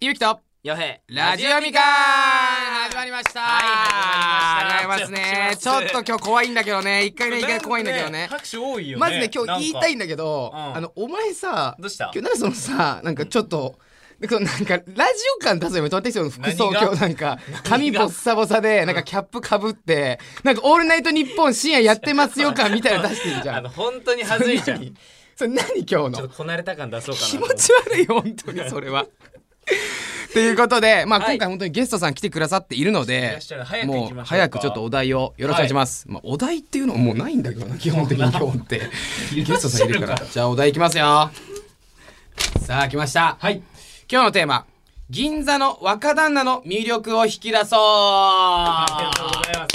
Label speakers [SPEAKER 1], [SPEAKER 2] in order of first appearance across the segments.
[SPEAKER 1] ゆきと
[SPEAKER 2] よへ
[SPEAKER 1] ラジオみかん始まりました
[SPEAKER 2] はい始まりました
[SPEAKER 1] ありますねちょっと今日怖いんだけどね一回目一回目怖いんだけどね
[SPEAKER 2] 拍手多いよね
[SPEAKER 1] まずね今日言いたいん
[SPEAKER 2] だ
[SPEAKER 1] だけど
[SPEAKER 2] うん
[SPEAKER 1] あのお前さ
[SPEAKER 2] どうした
[SPEAKER 1] 今日なんかそのさなんかちょっとでそのなんかラジオ感出すよめとってきてる服装
[SPEAKER 2] 何が
[SPEAKER 1] 今日なんか髪ボッサボサでなんかキャップかぶってなんか「オールナイトニッポン」深夜やってますよ感みたいなの出してるじゃ
[SPEAKER 2] あ
[SPEAKER 1] ん
[SPEAKER 2] の本当に恥ずいじゃんち
[SPEAKER 1] 何それ何今日
[SPEAKER 2] ょっと
[SPEAKER 1] の
[SPEAKER 2] こなれた感出そうかな
[SPEAKER 1] 気持ち悪い本当 にそれは。ということで、まあ、
[SPEAKER 2] はい
[SPEAKER 1] 今回本当にゲストさん来てくださっているの
[SPEAKER 2] いら
[SPEAKER 1] で
[SPEAKER 2] っしゃる早く行
[SPEAKER 1] も
[SPEAKER 2] きましょ
[SPEAKER 1] う
[SPEAKER 2] うか
[SPEAKER 1] 早くちょっとお題をよろしくお願いします、まあ、お題っていうのはもうないんだけど な基本的に今日ってゲストさんいるからじゃあお題いきますよさあ来ました
[SPEAKER 2] はい
[SPEAKER 1] 今日のテーマ銀座の若旦那の魅力を引き出そう
[SPEAKER 2] ざいます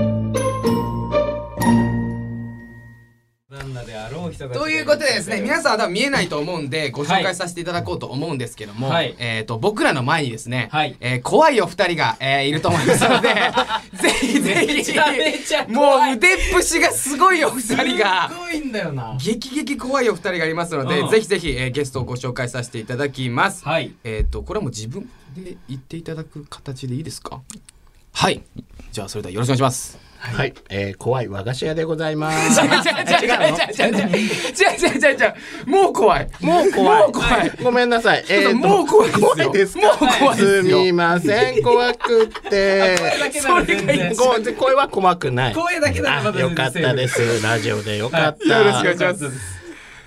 [SPEAKER 2] なんだであろう人たち が
[SPEAKER 1] ということでですね 皆
[SPEAKER 2] ん
[SPEAKER 1] さんは多分見えないと思うんでご紹介させていただこうと思うんですけども、
[SPEAKER 2] はい
[SPEAKER 1] えー、と僕らの前にですね、
[SPEAKER 2] はい
[SPEAKER 1] えー怖いお二人が、えーいると思いますの でぜひぜひ
[SPEAKER 2] めちゃめちゃ
[SPEAKER 1] も
[SPEAKER 2] 怖いう
[SPEAKER 1] 腕っぷしがすごいお二人が
[SPEAKER 2] す。ごいんだよな
[SPEAKER 1] 激激怖いお二人がいますので、
[SPEAKER 2] うん
[SPEAKER 1] ぜひぜひ、えーゲストをご紹介させていただきます。
[SPEAKER 2] はい
[SPEAKER 1] えっ、とこれはもう自分で言っていただく形でいいですか。はい。じゃあそれではよろしくお願いします。
[SPEAKER 3] はい、えー、怖い和菓子屋でございま す。
[SPEAKER 1] 違う違う違う違う違う違う違う 違う違うもう怖いもう怖いもう怖い
[SPEAKER 3] ごめんなさい。えーと
[SPEAKER 1] もう怖いですよ
[SPEAKER 3] 怖いですか。
[SPEAKER 1] もう怖いですよ
[SPEAKER 3] みません、怖くって。
[SPEAKER 2] けなら全然
[SPEAKER 3] ご声は怖くない。
[SPEAKER 2] 声だけならま
[SPEAKER 3] あ、
[SPEAKER 2] だ
[SPEAKER 3] よ
[SPEAKER 2] 全然
[SPEAKER 3] かったです。ラジオでよかった。
[SPEAKER 1] よろしくお願いします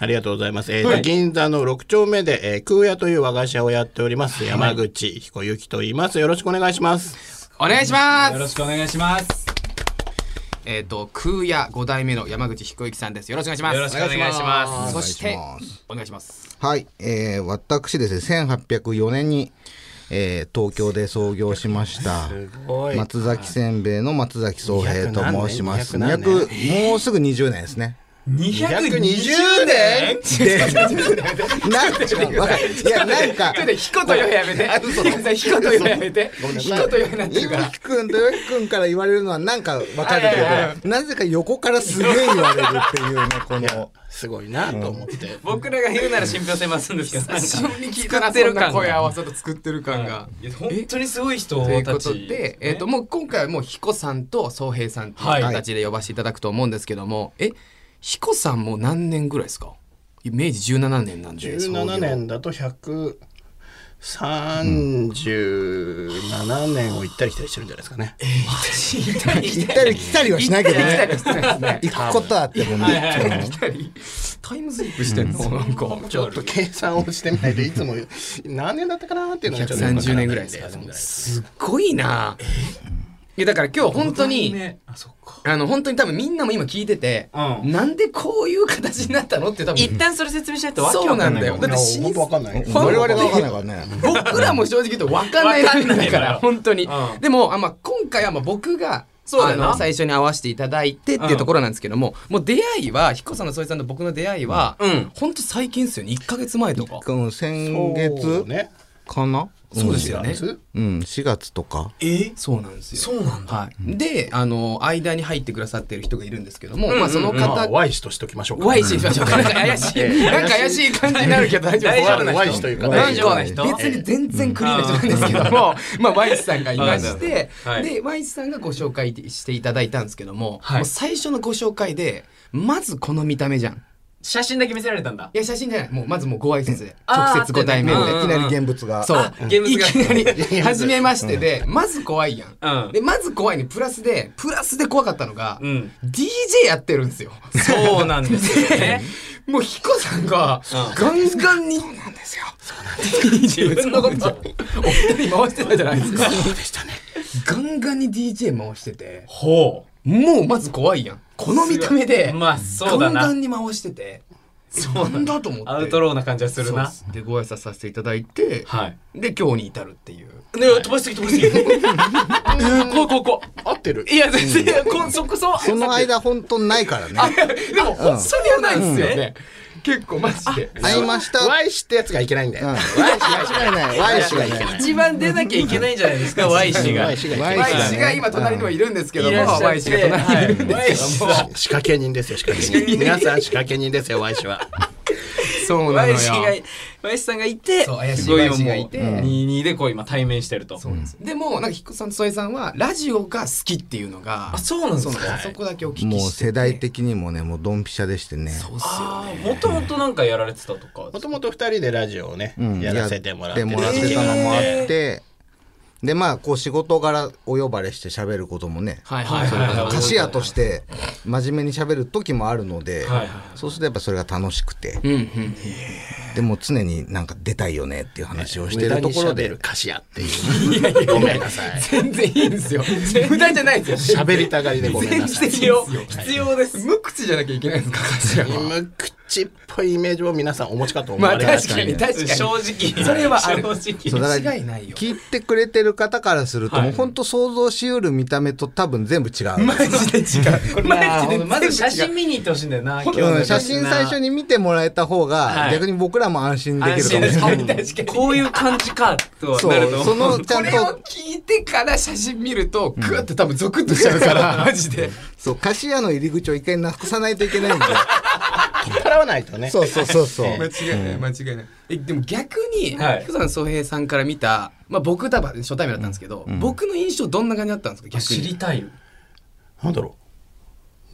[SPEAKER 3] ありがとうございます。えーと銀座の6丁目で、えー、空屋という和菓子屋をやっております。山口彦之と言います。よろしくお願いします。
[SPEAKER 1] お願いしま
[SPEAKER 2] よろ
[SPEAKER 1] す
[SPEAKER 2] しくお願いします
[SPEAKER 1] えっと空屋五代目の山口彦之さんですよろしくお願いします
[SPEAKER 2] よろしくお願いします
[SPEAKER 1] そして
[SPEAKER 4] お願いします
[SPEAKER 1] お願いします
[SPEAKER 4] はい、えー、私ですね1804年に、えー、東京で創業しました
[SPEAKER 3] ごい
[SPEAKER 4] 松崎せんべいの松崎宗平と申します
[SPEAKER 3] 200何年
[SPEAKER 4] 200もうすぐ20年ですね
[SPEAKER 2] 220
[SPEAKER 3] 年
[SPEAKER 4] でなんかわかるいやなんか
[SPEAKER 1] ちょっと彦とよやめて彦とよやめて彦とよになって
[SPEAKER 4] 伊
[SPEAKER 1] るから
[SPEAKER 4] 吹くんと伊吹くんから言われるのはなんかわかるけどなぜか横からすげえ言われるっていうねこの
[SPEAKER 3] すごいなと思って。
[SPEAKER 2] 僕らが言うなら信憑性増すんですけどなんか
[SPEAKER 1] 一緒に聞いたら
[SPEAKER 2] 作って
[SPEAKER 1] そん
[SPEAKER 2] る感が
[SPEAKER 1] な声合わせと作ってる感が
[SPEAKER 2] いや本当にすごい人
[SPEAKER 1] という
[SPEAKER 2] た
[SPEAKER 1] こ
[SPEAKER 2] ち
[SPEAKER 1] とで、えっ、と、もう今回はもう彦さんと宗平さんと
[SPEAKER 2] はい
[SPEAKER 1] いう形で呼ばせていただくと思うんですけども、え、彦さんも何年ぐらいですか明治17年なんで。
[SPEAKER 3] 17年だと137年を行ったり来たりしてるんじゃないですかね。
[SPEAKER 4] 行ったり来たりはしないけどね
[SPEAKER 1] ね。
[SPEAKER 4] 行くことはあってもね
[SPEAKER 1] タイムスリップしてんの、なんか。
[SPEAKER 3] ちょっと計算をしてみないでいつも何年だったかなっていうのがちょっとよくわか
[SPEAKER 1] 130
[SPEAKER 3] らな
[SPEAKER 1] 年ぐらいですか
[SPEAKER 3] そんぐらいです
[SPEAKER 1] すっごいな。いやだから今日本当に、
[SPEAKER 2] あそっか
[SPEAKER 1] あの本当に多分みんなも今聞いてて、
[SPEAKER 2] うん
[SPEAKER 1] なんでこういう形になったのって多分
[SPEAKER 2] 一旦それ説明しないとわけ
[SPEAKER 1] そう
[SPEAKER 2] わ
[SPEAKER 1] な
[SPEAKER 2] かん
[SPEAKER 1] ん
[SPEAKER 2] ない
[SPEAKER 1] だ
[SPEAKER 2] か
[SPEAKER 1] よ。
[SPEAKER 2] も
[SPEAKER 1] だって
[SPEAKER 3] いや
[SPEAKER 1] 老
[SPEAKER 3] 本
[SPEAKER 1] 舗
[SPEAKER 3] 当わかんないよ。
[SPEAKER 4] 我々が分かんないからね
[SPEAKER 1] 僕らも正直言うと分かんないラインだから
[SPEAKER 2] わか
[SPEAKER 1] 本当に、
[SPEAKER 2] うん
[SPEAKER 1] でもあ、まあ、今回はまあ僕が
[SPEAKER 2] そうだ
[SPEAKER 1] あ
[SPEAKER 2] よな
[SPEAKER 1] の最初に会わせていただいてっていうところなんですけども、もう出会いは彦さんの添さんと僕の出会いは、
[SPEAKER 2] うんうん
[SPEAKER 1] ほんと最近ですよね1か月前とか
[SPEAKER 4] うん先
[SPEAKER 3] そう
[SPEAKER 4] 月
[SPEAKER 3] ね。
[SPEAKER 4] かな
[SPEAKER 1] そうですよね
[SPEAKER 4] うん、4月とか。
[SPEAKER 2] え
[SPEAKER 1] そうなんですよ
[SPEAKER 2] そうなんだ
[SPEAKER 1] はい、であの間に入ってくださってる人がいるんですけども、
[SPEAKER 2] うん
[SPEAKER 1] まあ、その
[SPEAKER 3] まあ
[SPEAKER 1] 方
[SPEAKER 3] Y 氏としときましょうか。
[SPEAKER 1] Y 氏にしましょう かなんか怪しいなんか怪しい感じになるけど大丈夫
[SPEAKER 2] 大丈夫な人
[SPEAKER 3] Y 氏というかね。
[SPEAKER 2] 大丈夫な人
[SPEAKER 1] 別に全然クリーンな人なんですけども、まあ、ワイスさんがいまして、
[SPEAKER 2] はい
[SPEAKER 1] で、ワイスさんがご紹介していただいたんですけども、
[SPEAKER 2] はい
[SPEAKER 1] もう最初のご紹介で、まずこの見た目じゃん。
[SPEAKER 2] 写真だけ見せられたんだ
[SPEAKER 1] いや、写真じゃない。もう、まずもうご挨拶で、
[SPEAKER 2] あー
[SPEAKER 1] 直接ご対面
[SPEAKER 2] う
[SPEAKER 1] で
[SPEAKER 2] ん
[SPEAKER 4] い。きなり現物が。
[SPEAKER 1] そう。
[SPEAKER 2] ゲーム
[SPEAKER 1] い
[SPEAKER 2] が
[SPEAKER 1] きなり、初めましてで、まず怖いや
[SPEAKER 2] うん
[SPEAKER 1] ん。で、まず怖いにプラスで、プラスで怖かったのが
[SPEAKER 2] う、ん
[SPEAKER 1] DJ やってるんですよ。
[SPEAKER 2] そうなんですよね
[SPEAKER 1] もう、ヒコさんが
[SPEAKER 2] う、ん
[SPEAKER 1] ガンガンに、そうなんですよ。自分のこと、お二人回してたじゃないですか。
[SPEAKER 3] そうでしたね。
[SPEAKER 1] ガンガンに DJ 回してて
[SPEAKER 2] ほう
[SPEAKER 1] もうまず怖いやんこの見た目で
[SPEAKER 2] まあそうだ
[SPEAKER 1] ガンガ
[SPEAKER 2] な
[SPEAKER 1] ンに回しててそうなんだと思って
[SPEAKER 2] アウトローな感じがするな
[SPEAKER 1] そうですでご挨拶させていただいて、
[SPEAKER 2] はい
[SPEAKER 1] で今日に至るっていう
[SPEAKER 2] ね飛ばしすぎ飛ばしすぎえーこうこうこ
[SPEAKER 3] 合ってる
[SPEAKER 2] ういや全然こそこそ
[SPEAKER 4] その間本当ないからね。
[SPEAKER 1] でも本当にはないですよね、結構マジで
[SPEAKER 4] 会いました。うん
[SPEAKER 3] Y 氏ってやつがいけないんだよ Y 氏
[SPEAKER 4] 間違いない。Y 氏がいけない。
[SPEAKER 2] 一番出なきゃいけないんじゃないですか Y 氏が
[SPEAKER 3] Y 氏がいけない
[SPEAKER 4] Y 氏
[SPEAKER 1] Y 氏が今隣にはいるんですけども
[SPEAKER 2] いらっしゃ
[SPEAKER 1] Y
[SPEAKER 2] っ
[SPEAKER 1] 氏
[SPEAKER 2] て
[SPEAKER 1] が隣にいるんで
[SPEAKER 2] はい Y 氏は
[SPEAKER 3] 仕掛け人ですよ仕掛け人皆さん仕掛け人ですよ Y 氏は
[SPEAKER 1] そうなの
[SPEAKER 2] Y
[SPEAKER 1] よ
[SPEAKER 2] 氏が Y 氏さんがいて
[SPEAKER 1] そう怪しい
[SPEAKER 2] すご
[SPEAKER 1] Y 氏がいて
[SPEAKER 2] もう22でこう今対面してると
[SPEAKER 1] でもなんかひっこさんとそえさんはラジオが好きっていうのが
[SPEAKER 2] あそうなんです
[SPEAKER 1] そう
[SPEAKER 2] か
[SPEAKER 1] なんですそこだけお聞きしてて
[SPEAKER 4] もう世代的にもね、もうドンピシャでしてね。
[SPEAKER 1] そうっすよ
[SPEAKER 2] あもともとなんかやられてたとか
[SPEAKER 3] もともと2人でラジオをね、
[SPEAKER 4] うん
[SPEAKER 3] やらせてもらって
[SPEAKER 4] や
[SPEAKER 3] る
[SPEAKER 4] ってもらってたのもあって、で、まあ、こう仕事柄お呼ばれして喋ることもね、
[SPEAKER 1] はいはい
[SPEAKER 2] はいはい
[SPEAKER 1] は
[SPEAKER 2] はい
[SPEAKER 4] 菓子屋として真面目に喋る時もあるので、
[SPEAKER 2] はいはい
[SPEAKER 4] そうするとやっぱそれが楽しくて、
[SPEAKER 1] いうんうん
[SPEAKER 4] でも常になんか出たいよねっていう話をし
[SPEAKER 3] 無
[SPEAKER 4] て
[SPEAKER 3] 駄
[SPEAKER 4] ると
[SPEAKER 3] に
[SPEAKER 4] ころで
[SPEAKER 3] 喋る歌詞やっていう ごめんなさい
[SPEAKER 1] 全然いいんですよ無駄じゃないですよ
[SPEAKER 3] 喋りたがりでごめんなさい
[SPEAKER 2] 必要必要です
[SPEAKER 1] 無口じゃなきゃいけないん ですか頭は
[SPEAKER 3] 無口っぽいイメージを皆さんお持ちかと思
[SPEAKER 1] ま
[SPEAKER 3] わ
[SPEAKER 1] あ
[SPEAKER 3] れま
[SPEAKER 1] 確
[SPEAKER 3] す、
[SPEAKER 1] かに確かに
[SPEAKER 2] 正直
[SPEAKER 1] それはある
[SPEAKER 2] 正
[SPEAKER 4] そ
[SPEAKER 2] 直
[SPEAKER 4] うだから
[SPEAKER 1] 間違いないよ
[SPEAKER 4] 聞いてくれてる方からすると、
[SPEAKER 2] はい
[SPEAKER 4] もう本当想像しうる見た目と多分全部違う。
[SPEAKER 1] マジで違うマジで
[SPEAKER 2] まず写
[SPEAKER 1] 全
[SPEAKER 2] 真見に行ってほしいんだよな
[SPEAKER 1] 本当
[SPEAKER 4] うん写真最初に見てもらえた方が
[SPEAKER 2] はい
[SPEAKER 4] 逆に僕らも安心できるかもしれない。
[SPEAKER 1] 確かに確かに
[SPEAKER 2] こういう感じかと
[SPEAKER 4] そ
[SPEAKER 2] なると
[SPEAKER 4] う、そのちゃ
[SPEAKER 1] こ
[SPEAKER 4] ん
[SPEAKER 1] れを
[SPEAKER 4] と、
[SPEAKER 1] 聞いてから写真見るとグって多分ゾクッとしちゃうからマジで
[SPEAKER 4] そう、菓子屋の入り口を一回なくさないといけないんで。
[SPEAKER 3] 取っ払わないとね
[SPEAKER 4] そうそうそうそう。
[SPEAKER 1] 間違いない間違いないえでも逆に
[SPEAKER 2] はい
[SPEAKER 1] 福山宗平さんから見たまあ僕多分初対面だったんですけど僕の印象どんな感じだったんですか逆
[SPEAKER 2] 知り
[SPEAKER 1] に
[SPEAKER 2] たい
[SPEAKER 3] なんだろ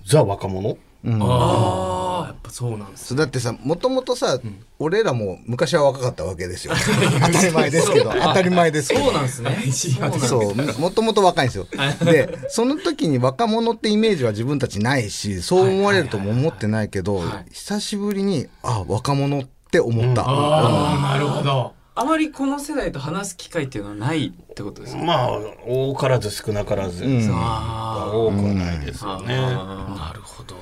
[SPEAKER 3] うザ若者
[SPEAKER 1] ああやっぱそうなんです
[SPEAKER 4] そうだってさもともとさ、俺らも昔は若かったわけですよ当たり前ですけど当たり前ですけど
[SPEAKER 2] そうなんですね
[SPEAKER 4] そうもともと若いんですよでその時に若者ってイメージは自分たちないしそう思われるとも思ってないけど、久しぶりにあ若者って思った、
[SPEAKER 2] ああなるほどあまりこの世代と話す機会っていうのはないってことですか
[SPEAKER 3] まあ多からず少なからず、
[SPEAKER 2] あ
[SPEAKER 3] 多くはないですよね、
[SPEAKER 2] なるほど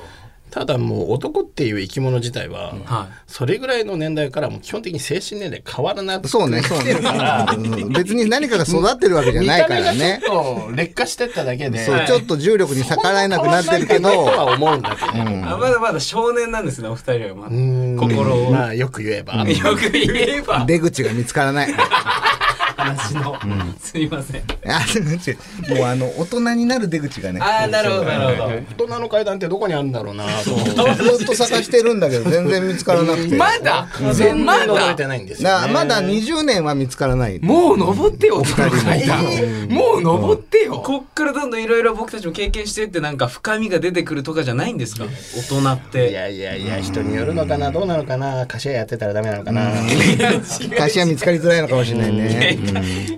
[SPEAKER 3] ただもう男っていう生き物自体は、
[SPEAKER 2] はい
[SPEAKER 3] それぐらいの年代からもう基本的に精神年齢変わらなく
[SPEAKER 4] そうねそうね、 うん別に何かが育ってるわけじゃ
[SPEAKER 3] 見
[SPEAKER 4] ない
[SPEAKER 3] た
[SPEAKER 4] か
[SPEAKER 3] 目が
[SPEAKER 4] ら
[SPEAKER 3] ちょ
[SPEAKER 4] ね
[SPEAKER 3] っと劣化してっただけで、
[SPEAKER 4] そうちょっと重力に逆らえなくなってるけ
[SPEAKER 3] 変わんないかなと
[SPEAKER 4] ど
[SPEAKER 3] は思うんだけど、
[SPEAKER 2] あまだまだ少年なんですねお二人はまあ
[SPEAKER 3] うん
[SPEAKER 2] 心を
[SPEAKER 3] まあよく言えば、
[SPEAKER 2] よく言えば
[SPEAKER 4] 出口が見つからない
[SPEAKER 2] 話のすいません
[SPEAKER 4] あ違うもうあの大人になる出口がね
[SPEAKER 2] ああなるほどなるほど
[SPEAKER 3] 大人の階段ってどこにあるんだろうなと思って
[SPEAKER 4] ずっと探してるんだけど全然見つからなくて
[SPEAKER 1] まだ
[SPEAKER 3] 全然
[SPEAKER 1] ま
[SPEAKER 3] 覗い
[SPEAKER 1] だ
[SPEAKER 3] てないんですよ、
[SPEAKER 4] な
[SPEAKER 3] ね、
[SPEAKER 4] まだ20年は見つからない
[SPEAKER 1] もう登ってよ、お二人階段もう登ってよ。
[SPEAKER 2] こっからどんどんいろいろ僕たちも経験してってなんか深みが出てくるとかじゃないんですか大人っ
[SPEAKER 3] い
[SPEAKER 2] て
[SPEAKER 3] やいやいや人によるのかなどうなのかな菓子屋やってたらダメなのかな、
[SPEAKER 4] 菓子屋見つかりづらいのかもしれないね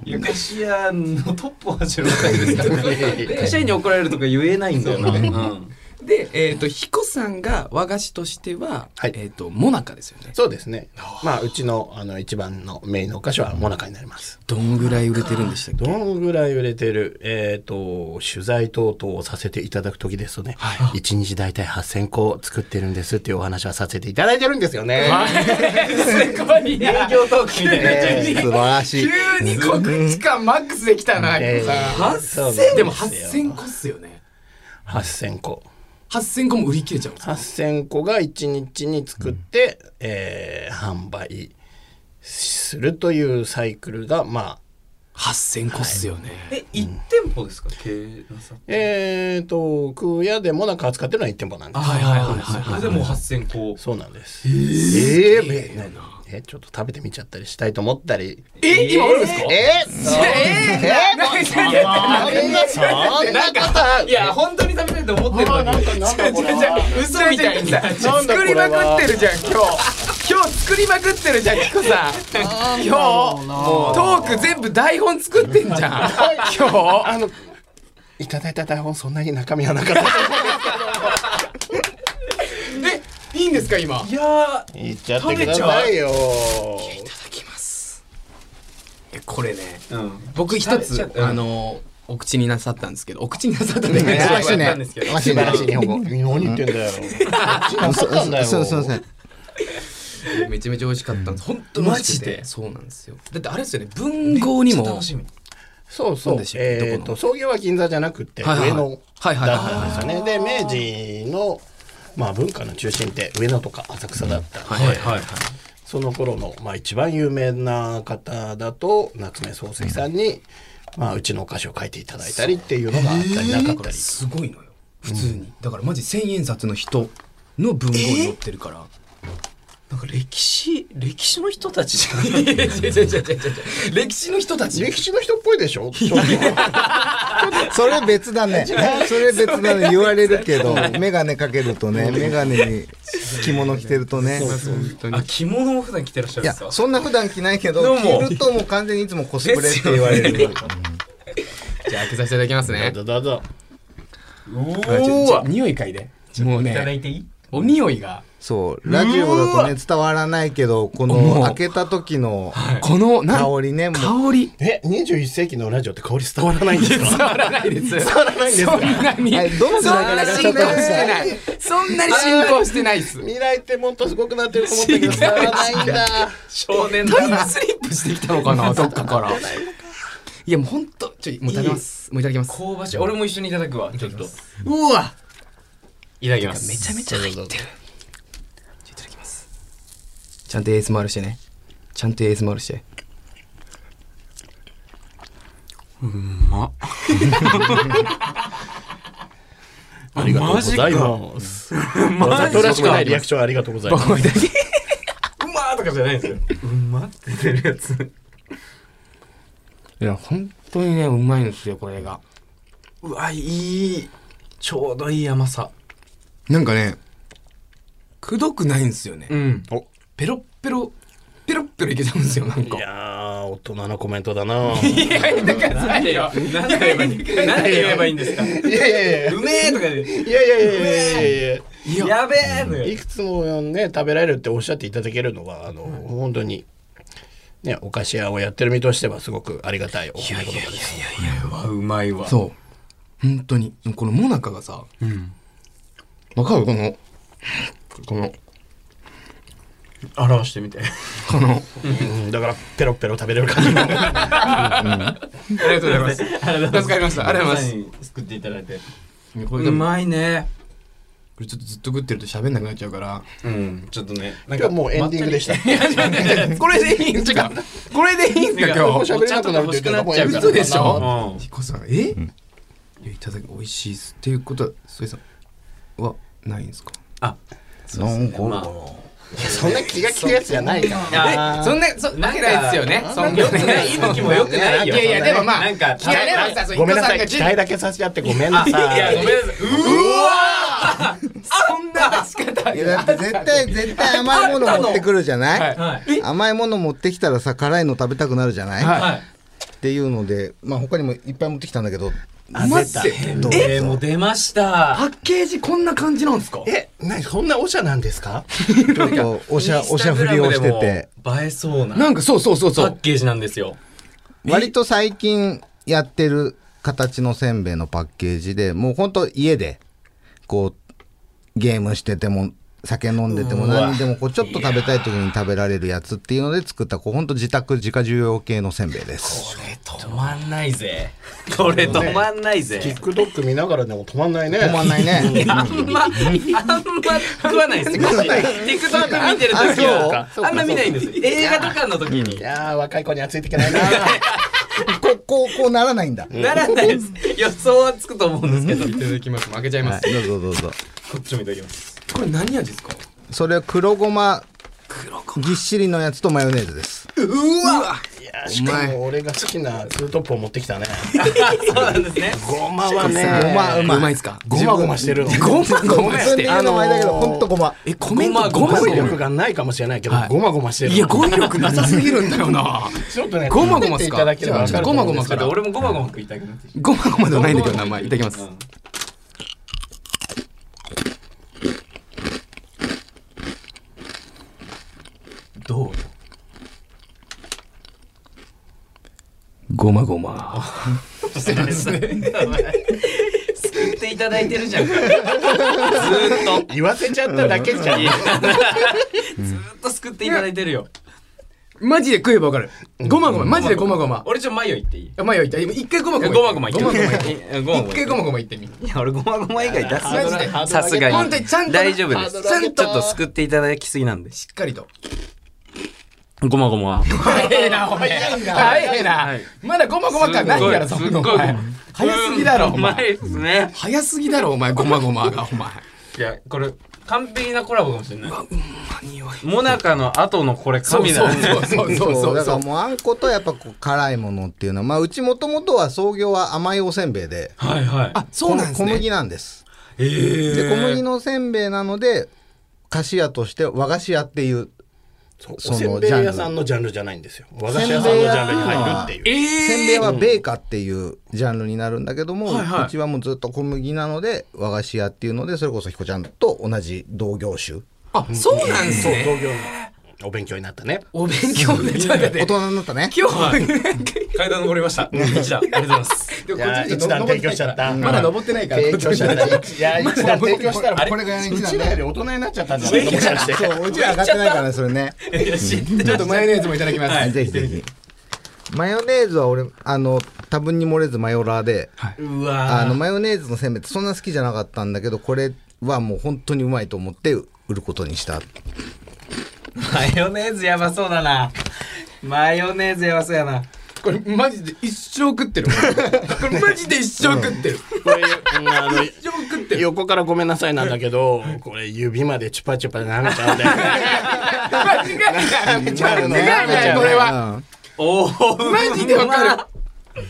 [SPEAKER 2] 床シ屋のトップを走るわけですから床シ屋に怒られるとか言えないんだよなうん
[SPEAKER 1] で、えっ、と、彦さんが和菓子としては、
[SPEAKER 3] はい
[SPEAKER 1] えっ、と、もなかですよね。
[SPEAKER 3] そうですねまあうちのあの一番のメインのお菓子はもなかになります
[SPEAKER 1] どんぐらい売れてるんでしたっけ
[SPEAKER 3] どのぐらい売れてるえっ、と取材等々をさせていただく時ですとね、一日大体8,000個作ってるんですっていうお話はさせていただいてるんですよね、
[SPEAKER 2] すごい営業トークみたいになっちゃう
[SPEAKER 4] ね素晴らしい
[SPEAKER 1] 急に告知感マックスできたな、彦さん。
[SPEAKER 3] 8000
[SPEAKER 1] でも8000個っすよね。
[SPEAKER 3] 8000個
[SPEAKER 1] 8000個も売り切れちゃうんですか
[SPEAKER 3] 8,000個が1日に作って、えー販売するというサイクルがまあ
[SPEAKER 1] ?8000 個っすよね。
[SPEAKER 2] え一店舗ですか経営なさ
[SPEAKER 3] えー、と空屋でもなく扱ってるのは1店舗なんです
[SPEAKER 1] はいはいはいはい
[SPEAKER 2] それでもう8000個
[SPEAKER 3] そうなんですえー、え
[SPEAKER 1] すげえな
[SPEAKER 3] えちょっと食べてみちゃったりしたいと思ったり
[SPEAKER 1] え、今あるんですか
[SPEAKER 3] えー、
[SPEAKER 1] ええ
[SPEAKER 3] そんなこと
[SPEAKER 2] いや本当に食べたいと思ってるのに
[SPEAKER 3] なんかこれ
[SPEAKER 1] じゃあ
[SPEAKER 3] は
[SPEAKER 1] 嘘みたいにさ
[SPEAKER 3] なんだこ
[SPEAKER 1] 作り
[SPEAKER 3] れ
[SPEAKER 1] ま
[SPEAKER 3] は
[SPEAKER 1] くってるじゃん今日今日作りまくってるじゃんキコさん今日もうトーク全部台本作ってんじゃん今
[SPEAKER 3] あのいただいた台本そんなに中身はな かった
[SPEAKER 1] 日でいいんですか今
[SPEAKER 2] いや
[SPEAKER 3] いっちゃってくださいよ
[SPEAKER 1] えこれね
[SPEAKER 2] ーうん
[SPEAKER 1] 僕一つ
[SPEAKER 2] 食べちゃう
[SPEAKER 1] あのお口になさったんですけどお口になさったんですけど
[SPEAKER 4] 素晴らしいね
[SPEAKER 2] なんですけ
[SPEAKER 4] 素
[SPEAKER 2] ど
[SPEAKER 4] 晴ら し
[SPEAKER 3] 素
[SPEAKER 4] い
[SPEAKER 3] 晴らしい
[SPEAKER 4] ね
[SPEAKER 3] 日本語何言ってんだよ
[SPEAKER 4] そうそうそうそうすいません
[SPEAKER 1] めちゃめちゃ美味しかったんです。本当に美味しくて
[SPEAKER 2] マジで
[SPEAKER 1] そうなんですよ。だってあれですよね、文豪にも。
[SPEAKER 2] 楽しみ。
[SPEAKER 3] そう
[SPEAKER 1] ど
[SPEAKER 3] そう
[SPEAKER 1] こで。したっけ
[SPEAKER 3] えっ、、
[SPEAKER 1] どことの
[SPEAKER 3] 創業は銀座じゃなくて、
[SPEAKER 1] はいはいは
[SPEAKER 3] 上
[SPEAKER 1] い
[SPEAKER 3] 野
[SPEAKER 1] はいはいはい
[SPEAKER 3] だったんですよね。で、明治の、まあ、文化の中心って上野とか浅草だったんで、
[SPEAKER 2] はい。
[SPEAKER 3] その頃の、まあ、一番有名な方だと、夏目漱石さんに、まあ、うちのお菓子を書いていただいたりっていうのがあったりなか
[SPEAKER 1] だ
[SPEAKER 3] っ
[SPEAKER 1] か
[SPEAKER 3] た
[SPEAKER 1] ら
[SPEAKER 3] り。
[SPEAKER 1] すごいのよ普通に、だからマジ千円札の人の文豪に載ってるから、
[SPEAKER 2] なんか歴史、歴史の人たちじ ゃ
[SPEAKER 1] いやいや違う違う違う違う歴史の人たち
[SPEAKER 3] 歴史の人っぽいでし ょちょっ
[SPEAKER 4] それ別だね。それ別だね。言われるけど、メガネかけるとね、メガネに着物着てるとね。
[SPEAKER 2] ないあ、着物も普段着てらっしゃる
[SPEAKER 4] い
[SPEAKER 2] ん
[SPEAKER 4] や
[SPEAKER 2] ですか、
[SPEAKER 4] そんな普段着ないけ
[SPEAKER 2] ど
[SPEAKER 4] ど、
[SPEAKER 2] うも
[SPEAKER 4] 着るともう完全にいつもコスプレって言われ
[SPEAKER 2] ですよ
[SPEAKER 4] る。
[SPEAKER 1] じゃあ開けさせていただきますね
[SPEAKER 3] とどうぞ。
[SPEAKER 2] う
[SPEAKER 1] ちょちょ
[SPEAKER 2] ーわ
[SPEAKER 1] 匂い嗅いでもう
[SPEAKER 2] いただい
[SPEAKER 1] ね
[SPEAKER 2] ていい
[SPEAKER 1] お匂いが
[SPEAKER 4] そう、ラジオだとね、伝わらないけど、こ
[SPEAKER 1] もう
[SPEAKER 4] の開けた時の
[SPEAKER 1] このな
[SPEAKER 4] 香
[SPEAKER 1] 香
[SPEAKER 4] りね、もう
[SPEAKER 1] り
[SPEAKER 3] え、21世紀のラジオって香り伝わらないんですか
[SPEAKER 1] 伝わらないです伝わらないですそんなに、
[SPEAKER 4] はいどの
[SPEAKER 1] そ
[SPEAKER 4] 世
[SPEAKER 1] ん
[SPEAKER 4] 代
[SPEAKER 1] な
[SPEAKER 4] から
[SPEAKER 1] 進行してないそんなに進行してないっす
[SPEAKER 3] 未来ってもっとすごくなってると思ったけど、伝わらないんだ。
[SPEAKER 2] 少年
[SPEAKER 1] タ
[SPEAKER 2] だ
[SPEAKER 1] イム
[SPEAKER 2] な。
[SPEAKER 1] スリップしてきたのか などっかからいやもうほんとちょいもう食べますもういただきます
[SPEAKER 2] 香ばしい。俺も一緒にいただくわ、ちょっと。
[SPEAKER 1] うわ
[SPEAKER 2] いただきます。
[SPEAKER 1] めちゃめちゃ入ってるいただきますちゃんと ASMR してねちゃんと ASMR して
[SPEAKER 3] ありがとうございます。わざとらしくないリアクションありがとうございます。
[SPEAKER 2] うまーとかじゃないですよ。うまって出るやつ。
[SPEAKER 1] いや本当にねうまいんですよこれが
[SPEAKER 2] うわ、いい。ちょうどいい甘さ。
[SPEAKER 1] なんかねくどくないんですよね、
[SPEAKER 2] うん。
[SPEAKER 1] ペロッペロペロッペロいけちゃうんですよなんか
[SPEAKER 3] いやー、大人のコメントだな。
[SPEAKER 1] いやいやだから
[SPEAKER 2] なんでよ。なんで言えばいいんですか。なんで言えばいいんですか。
[SPEAKER 3] いやいやいや。
[SPEAKER 2] うめえとかで。
[SPEAKER 3] いやいやいやいやいやい
[SPEAKER 1] いや
[SPEAKER 2] やべえの
[SPEAKER 3] やい
[SPEAKER 2] よ。
[SPEAKER 3] くつもね食べられるっておっしゃっていただけるのはあの、本当にねお菓子屋をやってる身としてはすごくありがたいお褒め言葉です
[SPEAKER 2] うわ、うまいわ
[SPEAKER 1] そう本当にこのもなかがさ
[SPEAKER 2] うん。
[SPEAKER 1] わかるこのこの
[SPEAKER 2] 表してみて。
[SPEAKER 1] この
[SPEAKER 3] うんだからペロペロ食べれる感じが
[SPEAKER 1] ありがとうございます助かりましたありがとうございます
[SPEAKER 2] ます。作っていただいて。
[SPEAKER 1] これ
[SPEAKER 2] う
[SPEAKER 1] でも
[SPEAKER 2] まいね。
[SPEAKER 1] これちょっとずっと食ってると喋んなくなっちゃうから
[SPEAKER 2] うん、ちょっとね。なん
[SPEAKER 3] 今日もうエンディングでした。
[SPEAKER 1] これでいいんすかこれでいいんすか今日
[SPEAKER 3] 喋れなくなるっていうのがもうエンディング
[SPEAKER 1] 嘘でしょ
[SPEAKER 2] うん
[SPEAKER 1] ヒコさんえ、いやいただき美味しいっすっていうことはソイさんはないんですか
[SPEAKER 2] あ、
[SPEAKER 4] なんか
[SPEAKER 2] ま
[SPEAKER 3] そんな気が利くやつじゃないから。
[SPEAKER 2] あ。
[SPEAKER 1] えそんなそわけないっすよねそんな
[SPEAKER 2] 良くない、今気も良くないよ。
[SPEAKER 1] いやいやでもまあ
[SPEAKER 2] なん
[SPEAKER 1] い
[SPEAKER 2] か、
[SPEAKER 1] やでもさそ
[SPEAKER 3] ご
[SPEAKER 1] う
[SPEAKER 3] めんなさ
[SPEAKER 1] ヒ
[SPEAKER 3] い
[SPEAKER 1] コ
[SPEAKER 3] 期
[SPEAKER 1] さん
[SPEAKER 3] 待
[SPEAKER 1] が
[SPEAKER 3] だけさせちゃってごめんない
[SPEAKER 2] や、ご
[SPEAKER 3] さい。
[SPEAKER 2] めんなさい。うわそんな出し方
[SPEAKER 4] いやだって絶対絶対甘いもの持ってくるじゃない、
[SPEAKER 2] はい。
[SPEAKER 4] 甘いもの持ってきたらさ辛いの食べたくなるじゃない、
[SPEAKER 1] はい
[SPEAKER 2] はい。
[SPEAKER 4] っていうのでまあ他にもいっぱい持ってきたんだけど
[SPEAKER 1] 待って
[SPEAKER 3] 焦っ
[SPEAKER 2] どれも出ました。
[SPEAKER 1] パッケージこんな感じなんですか
[SPEAKER 3] たえ、なそんなおしゃなんですか？
[SPEAKER 4] ちょっとおしゃおしゃふりをしてて。
[SPEAKER 2] 映えそうな
[SPEAKER 1] なんかそうそうそう
[SPEAKER 2] パ
[SPEAKER 1] そ
[SPEAKER 2] ッ
[SPEAKER 1] う
[SPEAKER 2] ケージなんですよ。
[SPEAKER 4] 割と最近やってる形のせんべいのパッケージでもうほんと家でこうゲームしてても酒飲んでても何でもこうちょっと食べたい時に食べられるやつっていうので作ったこうほんと自宅自家需要系のせんべいです
[SPEAKER 2] これ止まんないぜ。これ止まんないぜ。
[SPEAKER 3] TikTok 見ながらでも止まんないね。
[SPEAKER 4] 止まんない
[SPEAKER 2] あ
[SPEAKER 4] ね
[SPEAKER 2] んま、あんま食わないですよ。TikTok 見てるときは
[SPEAKER 3] あ、そうか
[SPEAKER 2] あんま見ないんですよ。映画とかのとき
[SPEAKER 3] い
[SPEAKER 2] に。
[SPEAKER 3] やー若い子にはついていけ ないな。
[SPEAKER 4] こうこうこうならないんだ
[SPEAKER 2] ならないです。予想はつくと思うんですけど。
[SPEAKER 1] いただきます開けちゃいま
[SPEAKER 4] は
[SPEAKER 1] す
[SPEAKER 4] い、どうぞどうぞ
[SPEAKER 2] こっちもいただきます。
[SPEAKER 1] これ何味ですか
[SPEAKER 4] それは黒ごま
[SPEAKER 1] 黒子
[SPEAKER 4] ぎっしりのやつとマヨネーズです
[SPEAKER 1] うわ
[SPEAKER 3] いやーしかも俺が好きなツートップを持ってきたね。
[SPEAKER 2] そうなんですね。
[SPEAKER 3] ごまはね。
[SPEAKER 4] ごまう
[SPEAKER 1] うま
[SPEAKER 4] ま
[SPEAKER 1] い
[SPEAKER 4] い
[SPEAKER 1] っすか
[SPEAKER 3] ごまごましてるの。
[SPEAKER 1] ごまごま
[SPEAKER 4] 自
[SPEAKER 1] し
[SPEAKER 4] 分で
[SPEAKER 1] て
[SPEAKER 4] 言うのもあれだけどほんとごま
[SPEAKER 1] えコメント
[SPEAKER 2] ごま
[SPEAKER 3] 語彙
[SPEAKER 1] ごま
[SPEAKER 3] 力がないかもしれないけど
[SPEAKER 1] はい、
[SPEAKER 3] ごまごましてる。
[SPEAKER 1] いや語彙力なさすぎるんだよな
[SPEAKER 3] ちょっとね、
[SPEAKER 1] ごまごまっすか
[SPEAKER 3] 食べていただければわかると思うんで
[SPEAKER 1] ち
[SPEAKER 3] す
[SPEAKER 1] ょ
[SPEAKER 3] け
[SPEAKER 1] っと
[SPEAKER 3] ど。
[SPEAKER 2] 俺もごまごま食いたくなってき
[SPEAKER 1] ごまごまではないんだけど名前いただきます
[SPEAKER 2] た。うんどう
[SPEAKER 1] ごまごま
[SPEAKER 2] そうですね。すっていただいてるじゃん。ずーっと。
[SPEAKER 3] 言わせちゃっただけじゃん。
[SPEAKER 2] ずーっと救っていただいてるよ。
[SPEAKER 1] マジで食えばわかる。ごまごま、マジでごまごま。
[SPEAKER 2] 俺ちょっとマヨ言っていい
[SPEAKER 1] あ前よいた。今一回ごまごま。
[SPEAKER 2] ごまごま言
[SPEAKER 1] ご
[SPEAKER 2] っ
[SPEAKER 1] ま
[SPEAKER 2] て
[SPEAKER 1] ご
[SPEAKER 2] い
[SPEAKER 1] ま
[SPEAKER 2] いうんごまごま
[SPEAKER 1] 一回ごまごま言ってみ。
[SPEAKER 2] いや俺ごまごま以外出す
[SPEAKER 1] マジで
[SPEAKER 2] さすが
[SPEAKER 1] 本当に
[SPEAKER 2] に
[SPEAKER 1] ちゃんと
[SPEAKER 2] 大丈夫です
[SPEAKER 1] ちゃんと
[SPEAKER 2] ちょっと救っていただきすぎなんで
[SPEAKER 1] しっかりと。
[SPEAKER 2] ごまごまは
[SPEAKER 1] 早いな、お前。早いな。まだごまごま感ないから、そんなお前。早すぎだろ、お
[SPEAKER 2] うま
[SPEAKER 1] 前。
[SPEAKER 2] いですね
[SPEAKER 1] 早すぎだろ、お前、ごまごまが、お前。
[SPEAKER 2] いやこれ完璧なコラボかもしれない
[SPEAKER 1] 匂い。
[SPEAKER 2] モナカの後のこれ
[SPEAKER 1] そう
[SPEAKER 2] 神だ
[SPEAKER 1] そう
[SPEAKER 2] ね
[SPEAKER 1] そう そうそう
[SPEAKER 4] そう
[SPEAKER 1] そう
[SPEAKER 4] だからもうあんことやっぱこう辛いものっていうのはまあうちもともとは創業は甘いおせんべいで
[SPEAKER 2] はいはい
[SPEAKER 1] あ、そうなんです
[SPEAKER 4] 小
[SPEAKER 1] ね。
[SPEAKER 4] 麦なんです
[SPEAKER 2] えー
[SPEAKER 4] で小麦のせんべいなので菓子屋として和菓子屋っていう
[SPEAKER 3] そう
[SPEAKER 4] そ
[SPEAKER 3] お
[SPEAKER 4] の
[SPEAKER 3] せんべい屋さんのジャンルじゃないんですよ。和菓子屋さんのジャンルに入るっていう。
[SPEAKER 1] え
[SPEAKER 4] せんべいはベーカーっていうジャンルになるんだけども、
[SPEAKER 1] はいはいう
[SPEAKER 4] ちはもうずっと小麦なので和菓子屋っていうのでそれこそ彦ちゃんと同じ同業種
[SPEAKER 1] あ、そうなんです
[SPEAKER 3] そう、
[SPEAKER 1] ね。
[SPEAKER 3] 同業のお勉強になったね。
[SPEAKER 1] お勉強で、ちょっと待って
[SPEAKER 4] 大。人になったね
[SPEAKER 1] 今 日、
[SPEAKER 2] 階段登りました一段ありがとうございます
[SPEAKER 1] でも
[SPEAKER 3] いやー一段提供しちゃった。
[SPEAKER 1] まだ登ってないから。
[SPEAKER 3] 提供しちゃった。いや、一段提供したら、
[SPEAKER 4] これが一
[SPEAKER 3] う
[SPEAKER 4] 段
[SPEAKER 3] ち
[SPEAKER 4] ね
[SPEAKER 3] らより大人になっちゃったんじゃないかもしかして。
[SPEAKER 4] そううちら上がってないからねそれね
[SPEAKER 2] いや知って
[SPEAKER 1] ちょっとマヨネーズもいただきます。
[SPEAKER 4] ぜひぜひマヨネーズは俺あの多分に漏れずマヨラーで、
[SPEAKER 2] う
[SPEAKER 4] あの
[SPEAKER 2] わ
[SPEAKER 4] マヨネーズのせんべいってそんな好きじゃなかったんだけどこれはもう本当にうまいと思って売ることにした
[SPEAKER 2] マヨネーズやばそうだなマヨネーズやばそうやな
[SPEAKER 1] これマジで一生食ってる。これマジで一生食ってる。
[SPEAKER 3] これ、うんあの、
[SPEAKER 1] 一生食ってる。
[SPEAKER 3] 横からごめんなさいなんだけど、これ指までチュパチュパ舐めちゃうんで。
[SPEAKER 1] 間違いない。間違いない。これは。
[SPEAKER 4] は
[SPEAKER 2] おお
[SPEAKER 1] マジでわかる。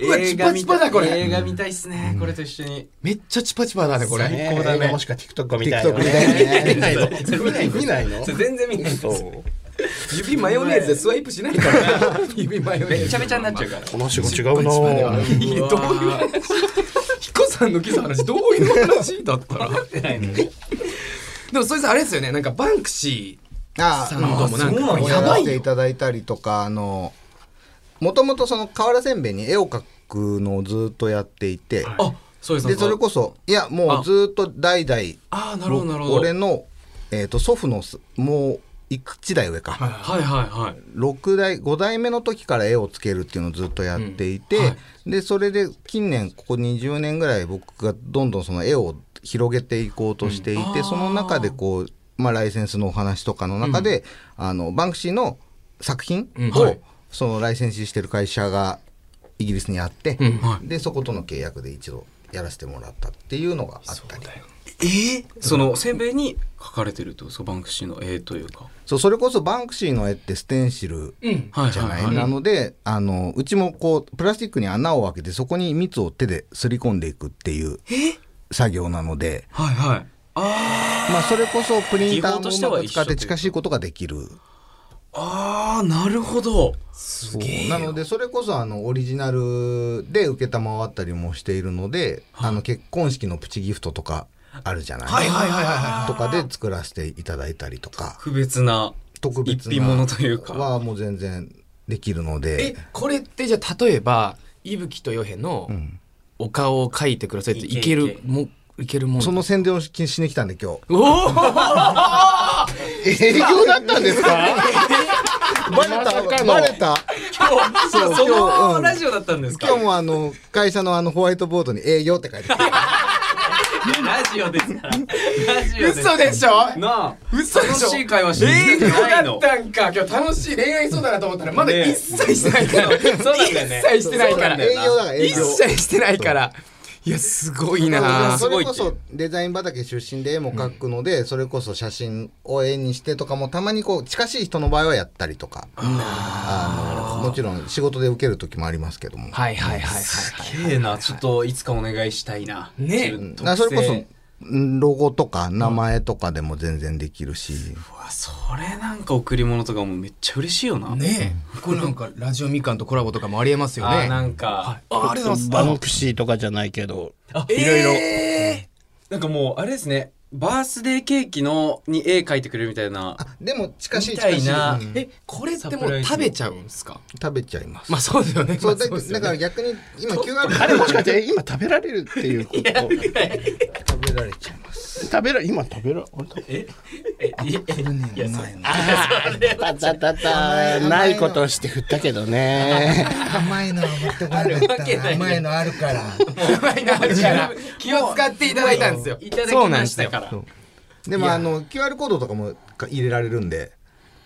[SPEAKER 1] うわ
[SPEAKER 2] 映画見
[SPEAKER 1] チュパチュパだこれ
[SPEAKER 2] 映画見たいっすねこれと一緒に
[SPEAKER 1] めっちゃチュパチュパだね、これ。
[SPEAKER 3] 最高だね。もしくは TikTok みたいな
[SPEAKER 4] TikTok み
[SPEAKER 3] ね。
[SPEAKER 4] たいなね
[SPEAKER 3] 見ないの見ないの見ないの
[SPEAKER 2] それ全然見ないです
[SPEAKER 3] そう。
[SPEAKER 1] 指マヨネーズでスワイプしないからね。指マヨネーズ。
[SPEAKER 2] めちゃめちゃになっちゃうから
[SPEAKER 3] この仕事違うなぁ。
[SPEAKER 1] いやどういう話彦さんのキスの話どういう話だったらでもそれさあれですよねなんかバンクシー
[SPEAKER 4] あ
[SPEAKER 1] さんともなんか
[SPEAKER 4] を
[SPEAKER 1] や
[SPEAKER 4] や
[SPEAKER 1] ば
[SPEAKER 4] らせ
[SPEAKER 1] い
[SPEAKER 4] て
[SPEAKER 1] よ
[SPEAKER 4] いただいたりとかあのもともとその瓦せんべいに絵を描くのをずっとやっていて、
[SPEAKER 1] あそうです
[SPEAKER 4] でそれこそいやもうずっと代々
[SPEAKER 1] ああなるほどなるほど
[SPEAKER 4] 俺の、えー、と祖父のすもう一代上か、
[SPEAKER 1] はいはいはい
[SPEAKER 4] 6代5代目の時から絵をつけるっていうのをずっとやっていて、
[SPEAKER 1] うんはい
[SPEAKER 4] でそれで近年ここ20年ぐらい僕がどんどんその絵を広げていこうとしていて、その中でこう、まあ、ライセンスのお話とかの中で、あのバンクシーの作品
[SPEAKER 1] うん
[SPEAKER 4] を、
[SPEAKER 1] はい
[SPEAKER 4] そのライセンスしてる会社がイギリスにあって、
[SPEAKER 1] んは
[SPEAKER 4] でそことの契約で一度やらせてもらったっていうのがあったり。
[SPEAKER 2] えそのせんべいに書かれてるってことそうバンクシーの絵というか
[SPEAKER 4] そうそれこそバンクシーの絵ってステンシル
[SPEAKER 1] うん
[SPEAKER 2] はい
[SPEAKER 4] じゃない、
[SPEAKER 2] はい
[SPEAKER 4] なのであのうちもこうプラスチックに穴を開けてそこに蜜を手ですり込んでいくっていう作業なので、
[SPEAKER 2] はいはいあ
[SPEAKER 4] まあ、それこそプリンタ
[SPEAKER 2] 技法
[SPEAKER 4] ー
[SPEAKER 2] として
[SPEAKER 4] も
[SPEAKER 2] は
[SPEAKER 4] うまく使っ
[SPEAKER 2] 一緒という
[SPEAKER 4] て
[SPEAKER 2] か
[SPEAKER 4] 近しいことができる
[SPEAKER 2] ーあーなるほどす
[SPEAKER 4] そうなのでそれこそあのオリジナルで承ったりもしているので、あの結婚式のプチギフトとかあるじゃない、
[SPEAKER 1] はいはいはいはいは
[SPEAKER 4] とかで作らせていただいたりとか
[SPEAKER 2] 特別な
[SPEAKER 4] 特別な
[SPEAKER 2] 一品物というか
[SPEAKER 4] はもう全然できる
[SPEAKER 1] い
[SPEAKER 4] の
[SPEAKER 1] え
[SPEAKER 4] で
[SPEAKER 1] これってじゃあ例えば伊吹とよへのお顔を描いてくださいってい
[SPEAKER 2] い
[SPEAKER 1] け
[SPEAKER 2] ける
[SPEAKER 1] るもいけるもん
[SPEAKER 4] その宣伝をししに来たんで今日。
[SPEAKER 1] おお
[SPEAKER 4] 営業だったんで すかバレたバレたそう
[SPEAKER 2] そ
[SPEAKER 4] 今日う
[SPEAKER 2] の
[SPEAKER 4] ん
[SPEAKER 2] ラジオだったんですか
[SPEAKER 4] 今日もあの会社のあのホワイトボードに営業って書いてきて
[SPEAKER 2] ラジオですからラジオです
[SPEAKER 1] 嘘でしょ
[SPEAKER 2] なあ
[SPEAKER 1] 嘘でしょ
[SPEAKER 2] 楽しい会話して
[SPEAKER 1] 営業
[SPEAKER 2] ない
[SPEAKER 1] だっ
[SPEAKER 2] の
[SPEAKER 1] たんか今日楽しい恋愛相談だと思ったらまだ一切してないから、
[SPEAKER 2] そうなんだよね
[SPEAKER 1] 一切してないから、
[SPEAKER 4] 営業だから営
[SPEAKER 1] 一
[SPEAKER 4] 業
[SPEAKER 1] 切してないからいやすごいな
[SPEAKER 2] や
[SPEAKER 4] そ
[SPEAKER 2] すごいっ
[SPEAKER 4] れこ
[SPEAKER 2] て
[SPEAKER 4] そデザイン畑出身で絵も描くので、それこそ写真を絵にしてとかもたまにこう近しい人の場合はやったりとかあのもちろん仕事で受ける時もありますけども、
[SPEAKER 1] はいはいはいはい
[SPEAKER 2] 綺麗なちょっといつかお願いしたいな
[SPEAKER 1] ね
[SPEAKER 2] そういう特
[SPEAKER 4] あ
[SPEAKER 2] 性
[SPEAKER 4] それこそんロゴとか名前とかでも全然できるし、
[SPEAKER 2] うわそれなんか贈り物とかもめっちゃ嬉しいよな
[SPEAKER 1] ねえこれなんかラジオみかんとコラボとかもありえますよ
[SPEAKER 2] あー
[SPEAKER 1] ね
[SPEAKER 2] なんか
[SPEAKER 1] あありがとうござい
[SPEAKER 3] バ
[SPEAKER 1] ま
[SPEAKER 3] ンクシーとかじゃないけど、
[SPEAKER 2] あ
[SPEAKER 1] すいろいろ
[SPEAKER 2] なんかもうあれですねバースデーケーキのに絵描いてくれるみたいな
[SPEAKER 4] でも近しい
[SPEAKER 2] み
[SPEAKER 4] 近
[SPEAKER 2] た
[SPEAKER 4] し
[SPEAKER 2] い
[SPEAKER 4] い
[SPEAKER 2] な
[SPEAKER 4] うん
[SPEAKER 1] えこれって
[SPEAKER 2] サ
[SPEAKER 1] も
[SPEAKER 2] プラ
[SPEAKER 1] う
[SPEAKER 2] イズ
[SPEAKER 1] 食べちゃうんですか
[SPEAKER 4] 食べちゃいます
[SPEAKER 1] まあそうですよね
[SPEAKER 4] そ
[SPEAKER 1] まあ
[SPEAKER 4] うだ
[SPEAKER 1] そうですよ
[SPEAKER 4] だ
[SPEAKER 1] ね
[SPEAKER 4] から逆に今 QR コー
[SPEAKER 3] 彼
[SPEAKER 4] ド
[SPEAKER 3] もしかして今食べられるっていうこと
[SPEAKER 4] 食べられちゃいます
[SPEAKER 3] 食べら今食べらあれ食べ
[SPEAKER 4] いやないの
[SPEAKER 3] たたたたないことをして振ったけどね
[SPEAKER 4] 甘いのは持ってこなかったな甘いのあるから
[SPEAKER 1] 気を使っていただいたんですよ
[SPEAKER 2] いただき
[SPEAKER 1] そうなん
[SPEAKER 2] ま
[SPEAKER 1] で
[SPEAKER 2] し
[SPEAKER 1] す
[SPEAKER 2] た
[SPEAKER 1] よ
[SPEAKER 2] から
[SPEAKER 4] でもあの QR コードとかも入れられるんで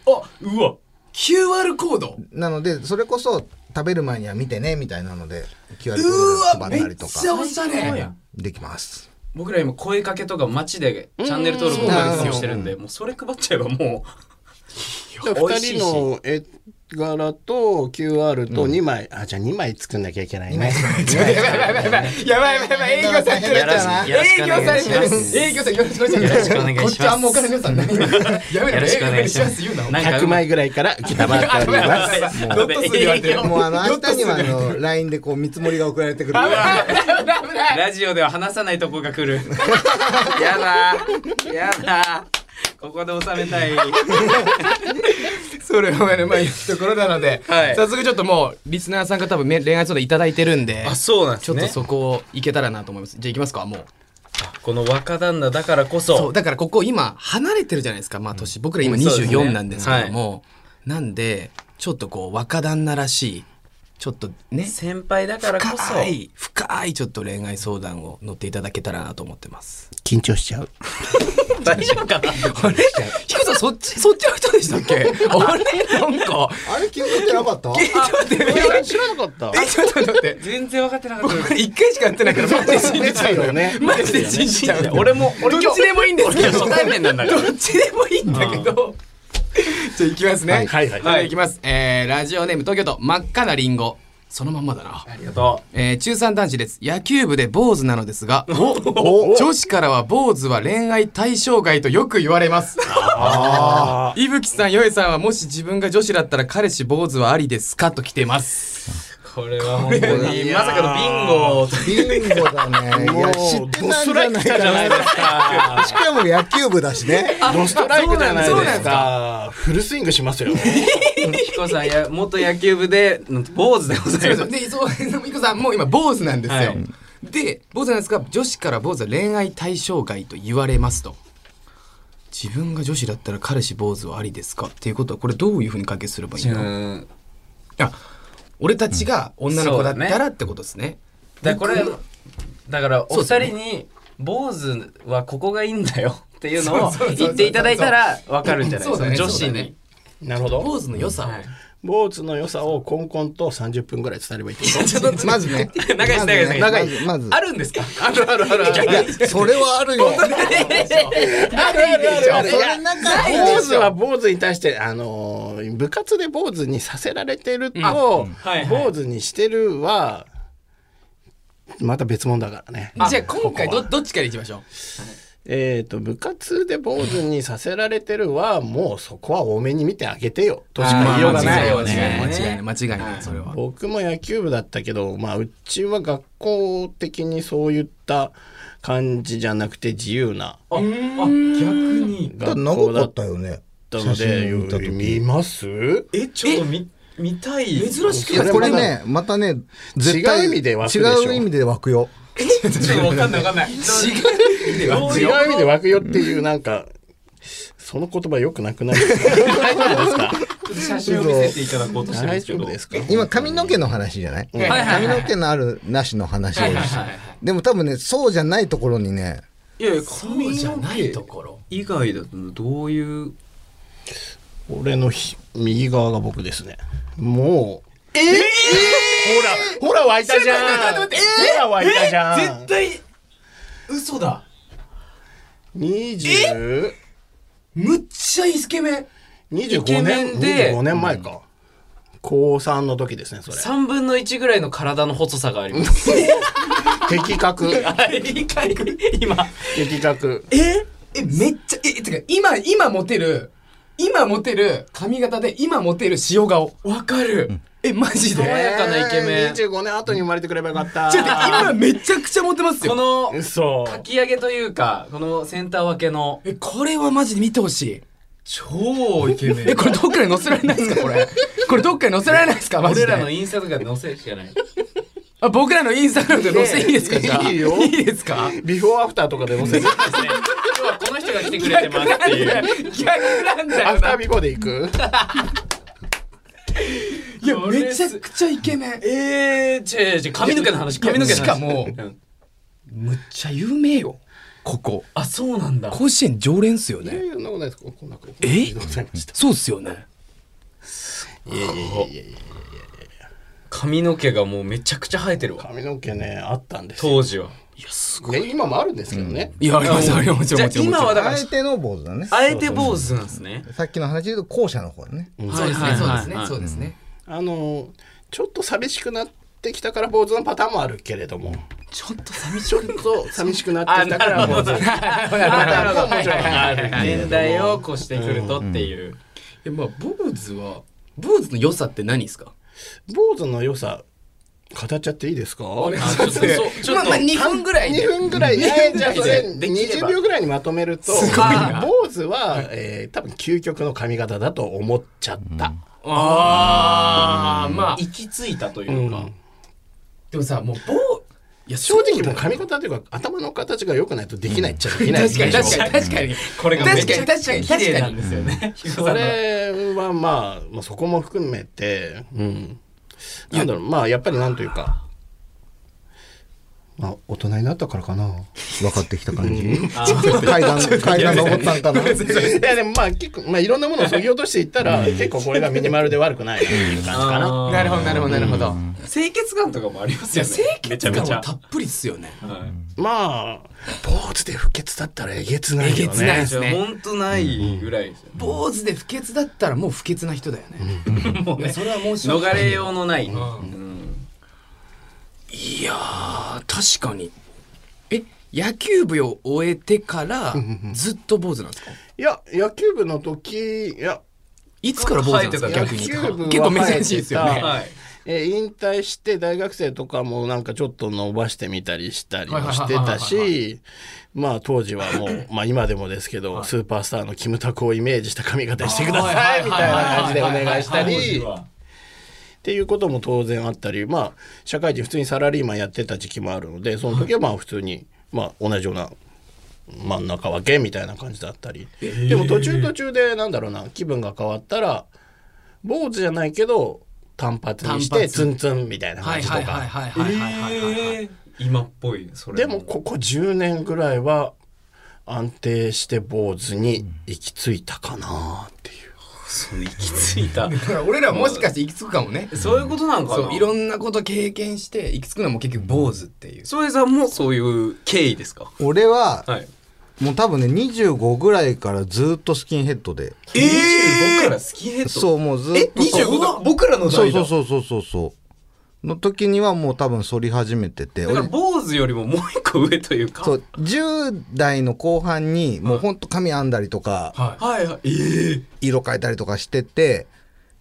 [SPEAKER 2] あうわ
[SPEAKER 1] QR コード
[SPEAKER 4] なのでそれこそ食べる前には見てねみたいなので QR コード
[SPEAKER 1] う
[SPEAKER 4] で
[SPEAKER 1] わ
[SPEAKER 4] 配
[SPEAKER 1] め
[SPEAKER 4] ったり
[SPEAKER 1] っ
[SPEAKER 4] とか
[SPEAKER 1] ちゃおしゃれ
[SPEAKER 4] できます
[SPEAKER 2] 僕ら今声かけとか街でチャンネル登録とかしてるんでもうそれ配っちゃえばも
[SPEAKER 3] 2人の絵柄と QR と2枚、あじゃあ2枚作んなきゃいけないね
[SPEAKER 1] やばいやばいやばい営業されてる
[SPEAKER 2] うよろしくお
[SPEAKER 1] 営業さ
[SPEAKER 2] 願
[SPEAKER 1] れ
[SPEAKER 2] いして
[SPEAKER 1] る
[SPEAKER 2] ます
[SPEAKER 1] 営業さんよろしくお願いします
[SPEAKER 2] よろしくお願いします
[SPEAKER 1] こっちはあんまお金皆さんない やめろ
[SPEAKER 2] よろしくお願いしま
[SPEAKER 1] 営業しま
[SPEAKER 2] す
[SPEAKER 1] す言うな
[SPEAKER 2] なんか
[SPEAKER 3] 100枚ぐらいから受けたまっておりま
[SPEAKER 1] も
[SPEAKER 3] す
[SPEAKER 1] うロット数で言われてる
[SPEAKER 4] もうあの
[SPEAKER 1] ヨ
[SPEAKER 4] 明
[SPEAKER 1] ット
[SPEAKER 4] 日
[SPEAKER 1] 数で
[SPEAKER 4] にはあの LINE でこう見積もりが送られてくる
[SPEAKER 2] ラジオでは話さないとこが来るやだやだここで収めたい
[SPEAKER 1] それはねまあいいところなので
[SPEAKER 2] はい
[SPEAKER 1] 早速ちょっともうリスナーさんが多分め恋愛相談いただいてるんで
[SPEAKER 2] あそうなんで
[SPEAKER 1] ち
[SPEAKER 2] す
[SPEAKER 1] ょっと
[SPEAKER 2] ね
[SPEAKER 1] そこをいけたらなと思いますじゃあいきますかもう
[SPEAKER 2] この若旦那だからこそ
[SPEAKER 1] そうだからここ今離れてるじゃないですかまあ年僕ら今
[SPEAKER 2] うんそうですね
[SPEAKER 1] 24なんですけどもなんでちょっとこう若旦那らしいちょっとね
[SPEAKER 2] 先輩だからこそ
[SPEAKER 1] 深い深いちょっと恋愛相談を乗っていただけたらなと思ってます。
[SPEAKER 3] 緊張しちゃう
[SPEAKER 2] 大丈夫かな
[SPEAKER 1] あれひこさんそっちそっちの人でしたっけ？あれなんか
[SPEAKER 4] あれ気づいてなかった
[SPEAKER 1] えちょっと待って
[SPEAKER 3] 知らなかっ
[SPEAKER 1] えちょっと待って
[SPEAKER 2] 全然分かってなかった
[SPEAKER 1] これ一回しかやってないからマジで信じちゃう
[SPEAKER 3] たよね
[SPEAKER 1] マジで信じちゃう。
[SPEAKER 2] 俺も俺
[SPEAKER 1] どっちでもいいんですけど
[SPEAKER 2] 今日初対面なんだから
[SPEAKER 1] どっちでもいいんだけど。じゃあ行きますね。
[SPEAKER 3] はいはいはい
[SPEAKER 1] い。きます。えーラジオネーム東京都真っ赤なリンゴ。そのまんまだな。
[SPEAKER 2] ありがと
[SPEAKER 1] えー中3男子です野球部で坊主なのですが女子からは坊主は恋愛対象外とよく言われます伊吹さんよえさんはもし自分が女子だったら彼氏坊主はありですかと来てます
[SPEAKER 2] うこれは本当にまさかのビンゴを
[SPEAKER 4] ビンゴだねいや知ってたんじゃないかなしかも野球部だしね
[SPEAKER 3] ドストライクじゃない
[SPEAKER 1] そう
[SPEAKER 3] で
[SPEAKER 1] なんで
[SPEAKER 3] す
[SPEAKER 1] す
[SPEAKER 3] かフルスイングしますよ
[SPEAKER 2] 彦さんや元野球部でなんと坊主でござ
[SPEAKER 1] そう
[SPEAKER 2] い
[SPEAKER 1] そ
[SPEAKER 2] ま
[SPEAKER 1] う
[SPEAKER 2] す
[SPEAKER 1] でそう伊子さんもう今坊主なんですよ、
[SPEAKER 2] はい
[SPEAKER 1] で坊主なんですが女子から坊主は恋愛対象外と言われますと自分が女子だったら彼氏坊主はありですかっていうことはこれどういうふうに解決すればいいの、
[SPEAKER 2] うん
[SPEAKER 1] あ俺たちが女の子だっ
[SPEAKER 2] そ
[SPEAKER 1] た
[SPEAKER 2] うだ
[SPEAKER 1] らってことですね
[SPEAKER 2] だからこれだからお
[SPEAKER 1] そう
[SPEAKER 2] 二
[SPEAKER 1] です
[SPEAKER 2] 人
[SPEAKER 1] ね
[SPEAKER 2] に坊主はここがいいんだよっていうのを
[SPEAKER 1] そうそうそうそう
[SPEAKER 2] 言っていただいたら分かるんじゃないで
[SPEAKER 1] そう
[SPEAKER 2] す
[SPEAKER 1] だ
[SPEAKER 2] か
[SPEAKER 1] ね
[SPEAKER 2] 女子
[SPEAKER 1] そうだね
[SPEAKER 2] に
[SPEAKER 3] なるほど
[SPEAKER 1] 坊主の良さを、
[SPEAKER 2] はい
[SPEAKER 3] 坊主の良さをコンコンと30分ぐらい伝えればいいってこと
[SPEAKER 4] まずね
[SPEAKER 2] 長いです長いです
[SPEAKER 4] まずねまずま
[SPEAKER 2] あるんですかあるあるある
[SPEAKER 4] ずいやそれはあるよ
[SPEAKER 3] あれいや
[SPEAKER 4] そんな感じ
[SPEAKER 3] 坊主は坊主に対して、あのー部活で坊主にさせられてると、
[SPEAKER 2] はいはい
[SPEAKER 3] 坊主にしてるはまた別物だからね。
[SPEAKER 1] じゃあ今回ど
[SPEAKER 3] ここは
[SPEAKER 1] どっちからいきましょう
[SPEAKER 3] えっ、と部活で坊主にさせられてるはもうそこは多めに見てあげてよとしか言いようがないよね。
[SPEAKER 1] 間違いない間違いない間違いないそれは
[SPEAKER 3] 僕も野球部だったけど、まあ、うちは学校的にそういった感じじゃなくて自由な
[SPEAKER 2] ああ逆に
[SPEAKER 4] だ
[SPEAKER 3] 学校
[SPEAKER 4] 長
[SPEAKER 3] だ
[SPEAKER 4] かっ
[SPEAKER 3] った
[SPEAKER 4] よね
[SPEAKER 3] た
[SPEAKER 4] 写
[SPEAKER 3] ので
[SPEAKER 4] 真を見た
[SPEAKER 3] 見
[SPEAKER 4] 時
[SPEAKER 3] ます
[SPEAKER 2] えちょっと見見たい珍し
[SPEAKER 4] いやこれねまたね絶対
[SPEAKER 3] 違う意味で湧くでしょ
[SPEAKER 4] 違う意味で湧くよ
[SPEAKER 2] ちょっとわかんないわかんない。違う
[SPEAKER 3] 違う意味で湧くよっていうなんか、その言葉よくなくないですか 大丈夫ですか
[SPEAKER 2] 写真を見せていただこうとしてるんで
[SPEAKER 3] 大
[SPEAKER 2] すけ
[SPEAKER 3] 丈
[SPEAKER 2] ど。
[SPEAKER 3] 夫ですか
[SPEAKER 4] 今髪の毛の話じゃない
[SPEAKER 2] はいはい
[SPEAKER 4] 髪の毛のあるなしの話を
[SPEAKER 2] はいはいはい
[SPEAKER 4] でも多分ねそうじゃないところにね
[SPEAKER 2] いやいや
[SPEAKER 1] そうじゃないところ
[SPEAKER 2] 以外だとどういう
[SPEAKER 3] 俺のひ右側が僕ですね。もう。えほら、ほら湧いたじゃんほら湧いたじゃん絶対
[SPEAKER 2] 嘘だ。
[SPEAKER 3] !20?
[SPEAKER 1] むっちゃイケメン
[SPEAKER 3] 25
[SPEAKER 2] ケメ
[SPEAKER 3] 年
[SPEAKER 2] ンで
[SPEAKER 3] 25年前か。高3の時ですね、それ。
[SPEAKER 2] 三分の一ぐらいの体の細さがあります。
[SPEAKER 3] 的 確。
[SPEAKER 2] 理解今
[SPEAKER 3] 的確。
[SPEAKER 1] ええめっちゃえてか今今モテる今モテる髪型で今モテる塩顔わかるえマジで
[SPEAKER 2] 爽やかなイケメン
[SPEAKER 3] 25年後に生まれてくればよかった。
[SPEAKER 1] ちょっと待って今めちゃくちゃモテます
[SPEAKER 2] こ
[SPEAKER 1] よ
[SPEAKER 2] の
[SPEAKER 5] 嘘。
[SPEAKER 2] かき上げというかこのセンター分けの
[SPEAKER 1] えこれはマジで見てほしい
[SPEAKER 2] 超イケメ
[SPEAKER 1] えこれどっかに載せられないですかこ れこれどっかに載せられないですかマジ
[SPEAKER 2] 俺らの
[SPEAKER 1] で
[SPEAKER 2] インスタとかに載せるしかない
[SPEAKER 1] あ僕らのインスタグラムで載せていいですかじゃあ
[SPEAKER 3] いいよ
[SPEAKER 1] いいですか
[SPEAKER 3] ビフォーアフターとかでもせア
[SPEAKER 2] 今日はこの人が来てくれてますっていう
[SPEAKER 1] 逆なんだよ
[SPEAKER 3] フタ
[SPEAKER 1] な
[SPEAKER 3] ービフォーで行く
[SPEAKER 1] いやめちゃくちゃイケメン
[SPEAKER 2] ええじゃじゃ髪の毛の話髪の毛の話
[SPEAKER 1] しかも
[SPEAKER 2] うん
[SPEAKER 1] むっちゃ有名よここ
[SPEAKER 2] あそうなんだ
[SPEAKER 1] 甲子園常連っすよ
[SPEAKER 3] いや
[SPEAKER 1] ね
[SPEAKER 3] いや、そんなことないです。こんなこと。
[SPEAKER 1] え
[SPEAKER 3] ありがとうございました。
[SPEAKER 1] そうっすよね
[SPEAKER 3] いやいやいやいやいや。
[SPEAKER 2] 髪の毛がもうめちゃくちゃ生えてるわ
[SPEAKER 3] 髪の毛ね、あったんですよ。
[SPEAKER 2] 当時は
[SPEAKER 3] ね、今もあるんですけどね。
[SPEAKER 1] いやありますありますもちろんもち
[SPEAKER 2] じゃ
[SPEAKER 1] ろんもち
[SPEAKER 2] あ今
[SPEAKER 1] ろん
[SPEAKER 2] はだか
[SPEAKER 4] あ
[SPEAKER 2] ら
[SPEAKER 4] えての坊主だね。
[SPEAKER 2] あえて坊主なんですね
[SPEAKER 4] さっきの話で言うと後者の方だね。
[SPEAKER 1] そうですねそうですね
[SPEAKER 2] はいはいはい
[SPEAKER 1] そうですね
[SPEAKER 3] あの、ちょっと寂しくなってきたから坊主のパターンもあるけれども。
[SPEAKER 1] ちょっと寂しい
[SPEAKER 3] ちょっと寂しくなってきたから坊主。
[SPEAKER 2] あなるほど
[SPEAKER 3] もちろん
[SPEAKER 2] ある年代を越してくるとっていう
[SPEAKER 1] えまあ坊主は坊主の良さって何ですか
[SPEAKER 3] 坊主の良さ、語っちゃっていいですか
[SPEAKER 2] あちょっとそうちょっと
[SPEAKER 1] 2分ぐらい
[SPEAKER 3] 2
[SPEAKER 1] で
[SPEAKER 3] 分ぐらいで、じゃあそれ
[SPEAKER 2] できれば
[SPEAKER 3] 20秒ぐらいにまとめると、
[SPEAKER 1] すごいな
[SPEAKER 3] 坊主は、えー、多分究極の髪型だと思っちゃった。
[SPEAKER 1] ああまあ
[SPEAKER 2] 行き着いたというか
[SPEAKER 1] でもさもう坊いや
[SPEAKER 3] 正直もう髪型というか頭の形が良くないとできないっちゃできないで
[SPEAKER 1] 確
[SPEAKER 3] しょ
[SPEAKER 1] かに確かに確かに
[SPEAKER 2] これがめちゃく
[SPEAKER 1] 確
[SPEAKER 2] ち
[SPEAKER 1] か
[SPEAKER 2] ゃ
[SPEAKER 1] に確
[SPEAKER 2] 綺
[SPEAKER 1] かに
[SPEAKER 2] 麗なんですよね
[SPEAKER 3] それはまあ、まあ、そこも含めて、うん、なんだろうまあやっぱりなんというか、まあ、大人になったからか な。
[SPEAKER 4] 分かってきた感じ。 階段、階段登ったんかな。
[SPEAKER 3] いやで もまあ結構、まあ、いろんなものを削ぎ落としていったら結構これがミニマルで悪くないなっていう感じかな。
[SPEAKER 1] なるほどなるほどなるほど
[SPEAKER 2] 清潔感とかもあります
[SPEAKER 1] い
[SPEAKER 2] よ
[SPEAKER 1] や
[SPEAKER 2] ね
[SPEAKER 1] 清
[SPEAKER 2] め
[SPEAKER 1] 潔
[SPEAKER 2] ちゃめ
[SPEAKER 1] 感
[SPEAKER 2] ち
[SPEAKER 1] は
[SPEAKER 2] ゃ
[SPEAKER 1] たっぷりっすよね
[SPEAKER 2] はい
[SPEAKER 3] まあ坊主で不潔だったらえげつないよね。
[SPEAKER 1] えげつない
[SPEAKER 2] じゃあほんとないぐらいですよね
[SPEAKER 1] 坊主で不潔だったらもう不潔な人だよね
[SPEAKER 2] もうね
[SPEAKER 1] それはもう
[SPEAKER 2] 逃れようのない
[SPEAKER 1] いやー確かにえ野球部を終えてからずっと坊主なんですか
[SPEAKER 3] いや野球部の時いや
[SPEAKER 1] いつから坊主なんですか
[SPEAKER 2] 生え
[SPEAKER 1] 逆に
[SPEAKER 3] 野球部は
[SPEAKER 1] 結構珍しいですよ
[SPEAKER 3] 生えて
[SPEAKER 1] ね
[SPEAKER 3] た
[SPEAKER 2] はい
[SPEAKER 3] えー引退して大学生とかもなんかちょっと伸ばしてみたりしたりもしてた
[SPEAKER 1] はいはい
[SPEAKER 3] しまあ当時はもうまあ今でもですけど、スーパースターのキムタクをイメージした髪型にしてくださいみたいな感じでお願いしたりっていうことも当然あったりまあ社会人普通にサラリーマンやってた時期もあるのでその時はまあ普通に、まあ、同じような真ん中分けみたいな感じだったりでも途中途中でなんだろうな気分が変わったら坊主じゃないけど短髪にし
[SPEAKER 1] 短
[SPEAKER 3] て
[SPEAKER 1] 髪
[SPEAKER 3] ツンツンみたいな
[SPEAKER 1] は
[SPEAKER 3] 感
[SPEAKER 1] い
[SPEAKER 3] じと
[SPEAKER 1] はいはい
[SPEAKER 3] か
[SPEAKER 1] はいはいはいはいはい
[SPEAKER 2] 今っぽいそれ
[SPEAKER 3] でもここ10年ぐらいは安定して坊主に行き着いたかなっていう。
[SPEAKER 2] その行き着い た
[SPEAKER 1] だから俺らもしかして行き着くかもね
[SPEAKER 2] そういうことなんか
[SPEAKER 1] そ
[SPEAKER 2] な
[SPEAKER 1] ういろんなこと経験して行き着くのも結局坊主っていう
[SPEAKER 2] それさんもそういう経緯ですか
[SPEAKER 4] 俺は、
[SPEAKER 2] はい
[SPEAKER 4] もう多分ね、25ぐらいからずっとスキンヘッドで。
[SPEAKER 2] ええ25からスキンヘッド
[SPEAKER 4] そう、もうずっと。
[SPEAKER 2] 25僕らの
[SPEAKER 4] そう
[SPEAKER 2] 代
[SPEAKER 4] そう
[SPEAKER 2] だ
[SPEAKER 4] そうそうそうそう。の時にはもう多分反り始めてて。
[SPEAKER 2] だから
[SPEAKER 4] 俺
[SPEAKER 2] 坊主よりももう一個上というか
[SPEAKER 4] そう、10代の後半に、もうほんと髪編んだりとか、
[SPEAKER 1] は
[SPEAKER 2] はいはいええ
[SPEAKER 4] 色変えたりとかしてて、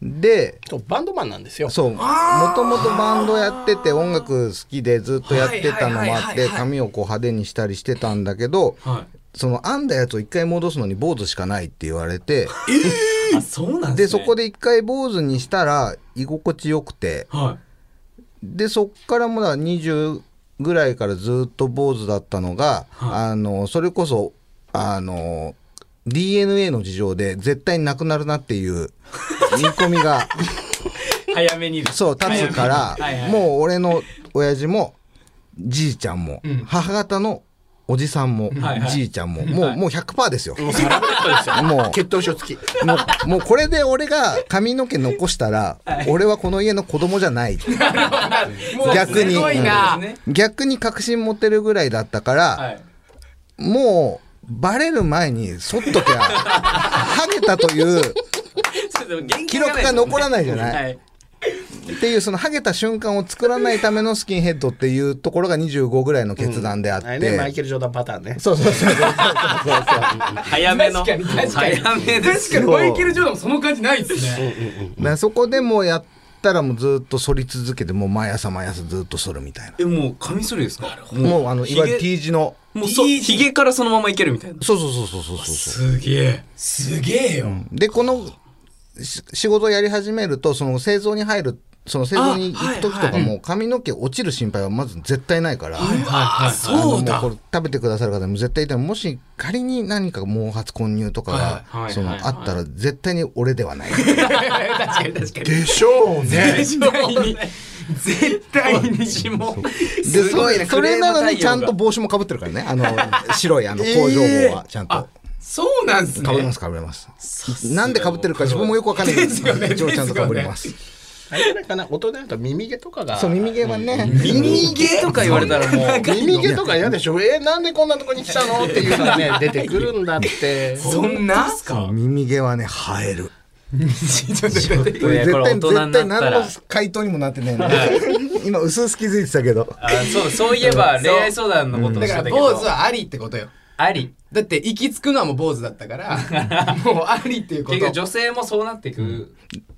[SPEAKER 4] で、
[SPEAKER 3] そうバンドマンなんですよ。
[SPEAKER 4] そう、もともとバンドやってて、音楽好きでずっとやってたのもあ
[SPEAKER 1] はいはいは
[SPEAKER 4] っ
[SPEAKER 1] いはい
[SPEAKER 4] て、
[SPEAKER 1] はい
[SPEAKER 4] 髪をこう派手にしたりしてたんだけど、
[SPEAKER 2] は
[SPEAKER 4] その編んだやつを一回戻すのに坊主しかないって言われて、
[SPEAKER 2] いあそうなん
[SPEAKER 4] で、
[SPEAKER 2] です
[SPEAKER 4] そ
[SPEAKER 2] ね
[SPEAKER 4] こで一回坊主にしたら居心地よくて、
[SPEAKER 2] は
[SPEAKER 4] で、そっからもうだから20ぐらいからずっと坊主だったのが、あの、それこそ、あの、DNA の事情で絶対なくなるなっ ていう見込みが、
[SPEAKER 2] い早めにです
[SPEAKER 4] そう、立つから、
[SPEAKER 2] はいはい
[SPEAKER 4] もう俺の親父も、じいちゃんも、母方のおじさんも、
[SPEAKER 2] はいはい
[SPEAKER 4] じいちゃんも、もう、もう100%ですよ。
[SPEAKER 3] もうサラブレッドですよ。
[SPEAKER 4] もう、
[SPEAKER 3] 血統書付き。
[SPEAKER 4] もう、もうこれで俺が髪の毛残したら、俺はこの家の子供じゃない。逆に
[SPEAKER 1] すごいな
[SPEAKER 2] ね
[SPEAKER 4] 逆に確信持てるぐらいだったから、
[SPEAKER 2] はい
[SPEAKER 4] もう、バレる前に、そっときゃ、ハゲたという、
[SPEAKER 2] そうそう
[SPEAKER 4] 記録が残らないじゃない
[SPEAKER 2] はい
[SPEAKER 4] っていう、そのハゲた瞬間を作らないためのスキンヘッドっていうところが25ぐらいの決断であって。
[SPEAKER 3] あれね、マイケル・ジョーダンパターンね。
[SPEAKER 4] そうそうそうそうそうそうそう。
[SPEAKER 2] 早めの
[SPEAKER 1] 確かに確かに
[SPEAKER 2] 早め
[SPEAKER 1] い
[SPEAKER 2] です
[SPEAKER 1] 確かにマイケル・ジョーダンもその感じないですね
[SPEAKER 4] だからそこでもうやっったらもうずっと剃り続けてもう毎朝毎朝ずっと剃るみたいな
[SPEAKER 2] えもうカミソリですか
[SPEAKER 4] もうあのいわゆる
[SPEAKER 2] ひげ
[SPEAKER 4] T 字の
[SPEAKER 2] もうそひげからそのままいけるみたいな
[SPEAKER 4] そうそうそうそうそうそうそう
[SPEAKER 2] すげえすげえよ
[SPEAKER 4] でこのし仕事をやり始めるとその製造に入るその製造に行く時とかも髪の毛落ちる心配はまず絶対ないから、
[SPEAKER 2] あそう
[SPEAKER 4] あ
[SPEAKER 2] だ
[SPEAKER 4] のもうこれ食べてくださる方も絶対いてももし仮に何か毛髪混入とか
[SPEAKER 2] はいは
[SPEAKER 4] が
[SPEAKER 2] い
[SPEAKER 4] そ
[SPEAKER 2] はい
[SPEAKER 4] の
[SPEAKER 2] は
[SPEAKER 4] あ
[SPEAKER 2] い
[SPEAKER 4] ったら絶対に俺ではない
[SPEAKER 2] 確かに確かに
[SPEAKER 3] でしょうね
[SPEAKER 2] 絶対に絶対にしも
[SPEAKER 4] です
[SPEAKER 2] ごいね
[SPEAKER 4] そそれなのにちゃん
[SPEAKER 2] クレー
[SPEAKER 4] と
[SPEAKER 2] ム
[SPEAKER 4] 帽子もかぶってるからね あの白いあの
[SPEAKER 2] えー
[SPEAKER 4] 工場帽はちゃん
[SPEAKER 2] あ
[SPEAKER 4] と
[SPEAKER 2] そうなんす
[SPEAKER 4] かぶりま
[SPEAKER 2] ね
[SPEAKER 4] すかぶりますなんでかぶってるか自分もよくわかんないけど
[SPEAKER 2] ですよね
[SPEAKER 4] 一応ちゃんとかぶります
[SPEAKER 3] あれぐらいかな大人だと耳毛とかが
[SPEAKER 4] そう耳毛はね
[SPEAKER 2] 耳毛とか言われたらもう
[SPEAKER 3] 耳毛とか嫌でしょえなんでこんなとこに来たのっていうのが ね出てくるんだって
[SPEAKER 2] そんな
[SPEAKER 4] そう耳毛はね生える
[SPEAKER 2] ちょっと待って
[SPEAKER 4] これ絶対
[SPEAKER 2] これ大人に
[SPEAKER 4] 絶
[SPEAKER 2] な
[SPEAKER 4] 対
[SPEAKER 2] った
[SPEAKER 4] 何
[SPEAKER 2] ら
[SPEAKER 4] の回答にもなってないんだ今薄々気づいてたけど
[SPEAKER 2] あそうそういえば恋愛相談のことを
[SPEAKER 1] だ
[SPEAKER 2] して
[SPEAKER 1] か
[SPEAKER 2] た
[SPEAKER 1] ら
[SPEAKER 2] け
[SPEAKER 1] 坊
[SPEAKER 2] ど
[SPEAKER 1] 主はありってことよ
[SPEAKER 2] あり
[SPEAKER 1] だって行き着くのはもう坊主だったから もうありっていうこ
[SPEAKER 2] 結局
[SPEAKER 1] と
[SPEAKER 2] 女性もそうなっていく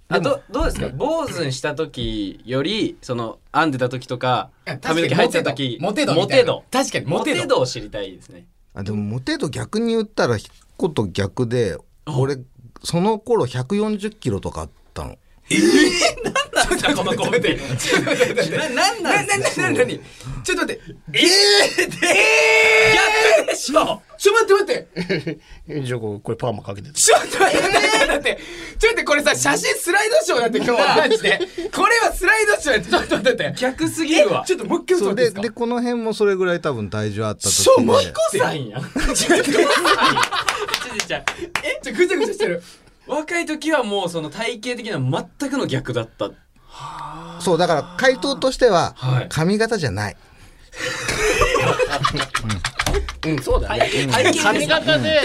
[SPEAKER 2] あどどうですか坊主にした時よりその編んでた時とか髪の毛入ってた時
[SPEAKER 1] モテ度
[SPEAKER 2] モ
[SPEAKER 1] みたい
[SPEAKER 2] テ
[SPEAKER 1] な
[SPEAKER 2] 度
[SPEAKER 1] 確かにモ
[SPEAKER 2] モ
[SPEAKER 1] テ
[SPEAKER 2] テ
[SPEAKER 1] 度
[SPEAKER 2] 度を知りたいですね
[SPEAKER 4] あでもモテ度逆に言ったらこと逆で俺その頃140キロとかあったの
[SPEAKER 2] なんだこのコメント何なん
[SPEAKER 1] ななななにちょっと待って
[SPEAKER 2] ええ ー、逆でしょ
[SPEAKER 1] ちょっと待って待って
[SPEAKER 3] じゃあこれパーマかけて
[SPEAKER 1] ちょっと待って待って待ってちょっと待ってこれさ写真スライドショーだって今日 はマジでこれはスライドショーやってちょっと待って待って
[SPEAKER 2] 逆すぎるわ
[SPEAKER 1] ちょっともう一回
[SPEAKER 4] そ
[SPEAKER 1] 撮
[SPEAKER 4] う
[SPEAKER 1] ってい
[SPEAKER 4] で
[SPEAKER 1] いですか
[SPEAKER 4] でこの辺もそれぐらい多分体重あった時
[SPEAKER 1] そうもう
[SPEAKER 4] で
[SPEAKER 1] 一個
[SPEAKER 2] サ
[SPEAKER 1] さ
[SPEAKER 2] インやん
[SPEAKER 1] えちょぐちゃぐちゃしてる
[SPEAKER 2] 若い時はもうその体型的には全くの逆だった
[SPEAKER 4] そうだから回答としては
[SPEAKER 2] はい
[SPEAKER 4] 髪型じゃない、
[SPEAKER 3] うんそうだね
[SPEAKER 2] 体型です
[SPEAKER 3] 髪型で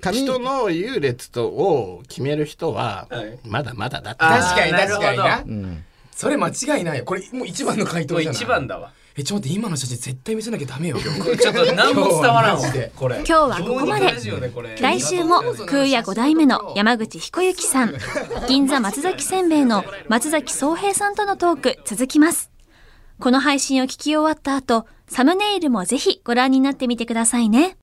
[SPEAKER 4] 髪
[SPEAKER 3] 人の優劣とを決める人は
[SPEAKER 2] はい
[SPEAKER 3] まだまだだって
[SPEAKER 2] あー
[SPEAKER 1] 確かに
[SPEAKER 2] なる
[SPEAKER 1] 確
[SPEAKER 2] ほど
[SPEAKER 1] かにな
[SPEAKER 4] うん、
[SPEAKER 1] それ間違いないよこれもう一番の回
[SPEAKER 2] も
[SPEAKER 1] 答
[SPEAKER 2] う
[SPEAKER 1] じゃない
[SPEAKER 2] 一番だわ
[SPEAKER 1] えちょっと待って今の写真絶対見せなきゃダメよ今日
[SPEAKER 2] これちょっと何も伝わらんわ
[SPEAKER 1] 今日はマジで
[SPEAKER 2] これ
[SPEAKER 6] 今日はここまで
[SPEAKER 2] ラジオこれ
[SPEAKER 6] 来週も空屋5代目の山口彦之さん銀座松崎せんべいの松崎宗平さんとのトーク続きますこの配信を聞き終わった後サムネイルもぜひご覧になってみてくださいね